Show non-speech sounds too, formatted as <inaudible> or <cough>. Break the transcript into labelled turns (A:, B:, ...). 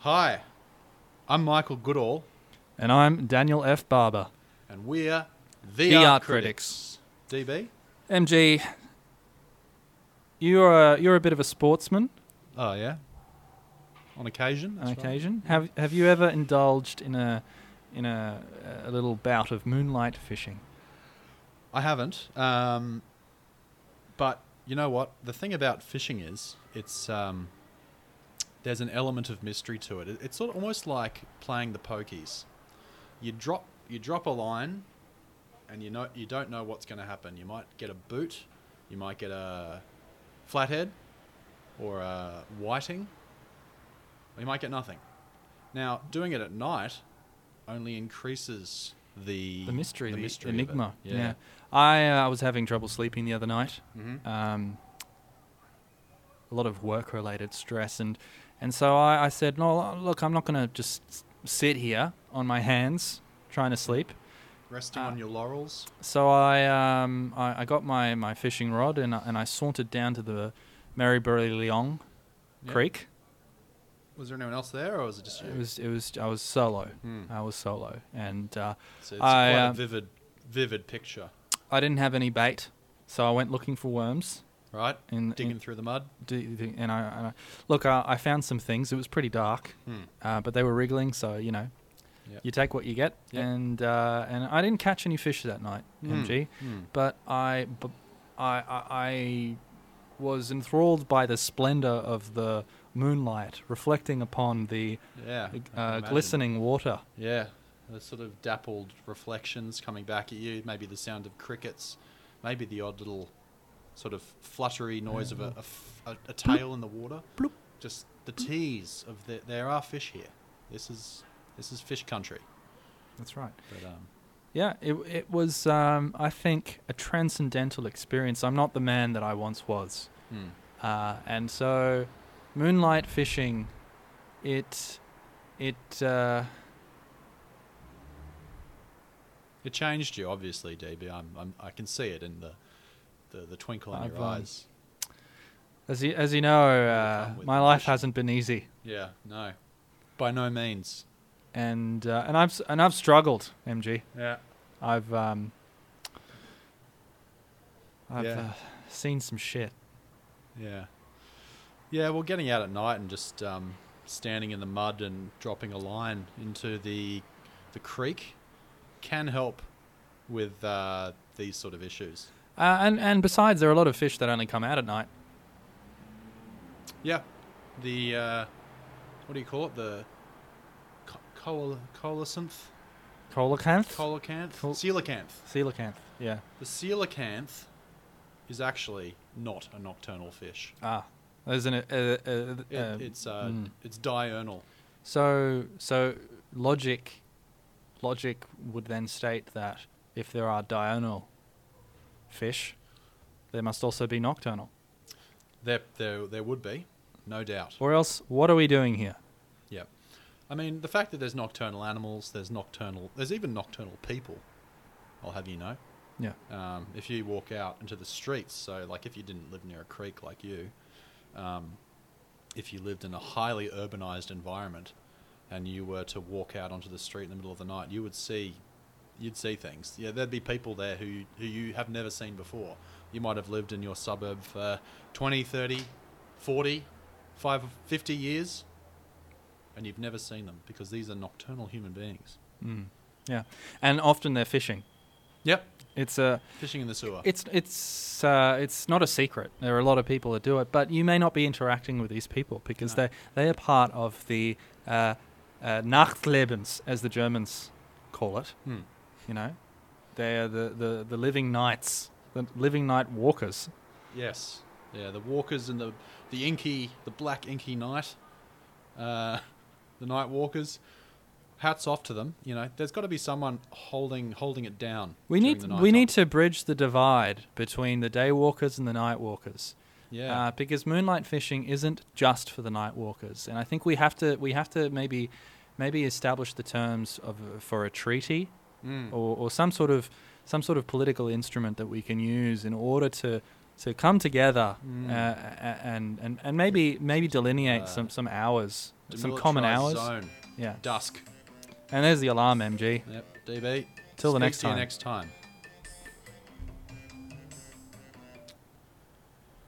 A: Hi, I'm Michael Goodall,
B: And I'm Daniel F. Barber.
A: and we're the,
B: The
A: Art,
B: Art
A: Critics. DB.
B: MG, you're a, you're a bit of a sportsman
A: Oh yeah. On occasion.
B: on
A: That's right.
B: occasion. Have have you ever indulged in a in a, a little bout of moonlight fishing?
A: I haven't. Um, but you know what? The thing about fishing is, it's um, there's an element of mystery to it. It- It's sort of almost like playing the pokies. You drop you drop a line, and you know you don't know what's going to happen. You might get a boot, you might get a flathead, or a whiting. Or you might get nothing. Now, doing it at night only increases the
B: The mystery, the,
A: mystery of it.
B: enigma. Yeah. I uh, I was having trouble sleeping the other night.
A: Mhm.
B: Um, a lot of work related stress and and so I, I said, no, look, I'm not going to just s- sit here on my hands trying to sleep.
A: Resting
B: Uh,
A: on your laurels.
B: So I um I, I got my, my fishing rod and I, and I sauntered down to the Marybury Leong
A: Yeah.
B: Creek.
A: Was there anyone else there, or was it just you?
B: It was it was I was solo.
A: Hmm.
B: I was solo and uh,
A: So it's
B: I,
A: quite a
B: um,
A: vivid, vivid picture,
B: I didn't have any bait, so I went looking for worms.
A: right?
B: In,
A: Digging
B: in-
A: through the mud.
B: d- d- and I, and I look, uh, I, I found some things. It was pretty dark,
A: Hmm.
B: uh, but they were wriggling, so you know,
A: Yep.
B: you take what you get.
A: Yep.
B: And uh, and I didn't catch any fish that night,
A: Hmm.
B: MG.
A: Hmm.
B: but I, b- I, I- I was enthralled by the splendor of the moonlight reflecting upon the
A: Yeah. I can
B: uh,
A: imagine.
B: glistening water.
A: Yeah. The sort of dappled reflections coming back at you. Maybe the sound of crickets. Maybe the odd little sort of fluttery noise of a, a f- a- a tail in the water.
B: Bloop.
A: Just the tease of the, there are fish here. This is this is fish country.
B: That's right.
A: But um,
B: Yeah, it, it was, um, I think, a transcendental experience. I'm not the man that I once was.
A: hmm.
B: Uh, and so, moonlight fishing, it, it, uh,
A: It changed you, obviously, DB. I'm, I'm, I can see it in the, the, the twinkle in
B: I've,
A: your
B: um,
A: eyes.
B: as you, as you know, uh,
A: Overcome with
B: my life
A: emotion.
B: hasn't been easy.
A: Yeah, no, by no means.
B: And, uh, and I've, s- and I've struggled, MG.
A: Yeah,
B: I've um, I've
A: Yeah.
B: uh, seen some shit.
A: yeah, yeah. Well, getting out at night and just um, standing in the mud and dropping a line into the the creek can help with uh, these sort of issues.
B: Uh, and and besides, there are a lot of fish that only come out at night.
A: Yeah, the uh, what do you call it? The co- coal- coelacanth,
B: Coelacanth,
A: coelacanth,
B: Coel-
A: coelacanth.
B: coelacanth. Yeah.
A: The coelacanth is actually not a nocturnal fish.
B: Ah, there's an. Uh, uh, uh,
A: It,
B: um,
A: it's uh,
B: mm.
A: it's diurnal.
B: So so logic, logic would then state that if there are diurnal fish, there must also be nocturnal.
A: There, there, there would be, no doubt.
B: Or else, what are we doing here?
A: Yeah, I mean the fact that there's nocturnal animals, there's nocturnal, there's even nocturnal people. I'll have you know.
B: Yeah.
A: Um, if you walk out into the streets, so like if you didn't live near a creek like you, um, if you lived in a highly urbanized environment, and you were to walk out onto the street in the middle of the night, you would see, you'd see things. Yeah, there'd be people there who who you have never seen before. You might have lived in your suburb for 20, 30, 40, 5, 50 years, and you've never seen them because these are nocturnal human beings.
B: Mm. Yeah, and often they're fishing.
A: Yep.
B: It's a
A: Fishing in the sewer.
B: It's it's uh, it's not a secret. There are a lot of people that do it, but you may not be interacting with these people because
A: No.
B: they they are part of the uh, uh, Nachtlebens, as the Germans call it.
A: Hmm.
B: You know, they are the, the, the living nights, the living night walkers.
A: Yes. Yeah, the walkers and the the inky, the black inky night, uh, <laughs> the night walkers. Hats off to them. You know, there's got to be someone holding holding it down.
B: We
A: during
B: need
A: the
B: we
A: night
B: need
A: time.
B: to bridge the divide between the day walkers and the night walkers.
A: Yeah.
B: Uh, because moonlight fishing isn't just for the night walkers, and I think we have to we have to maybe maybe establish the terms of for a treaty
A: Mm.
B: or, or some sort of some sort of political instrument that we can use in order to to come together
A: Mm.
B: uh, a- a- and, and and maybe maybe delineate
A: Uh,
B: some some hours Some common
A: Demilitarized
B: hours.
A: Zone.
B: Yeah.
A: Dusk.
B: And there's the alarm, MG.
A: Yep. DB.
B: Till the
A: Speak
B: next
A: to you
B: time.
A: next time.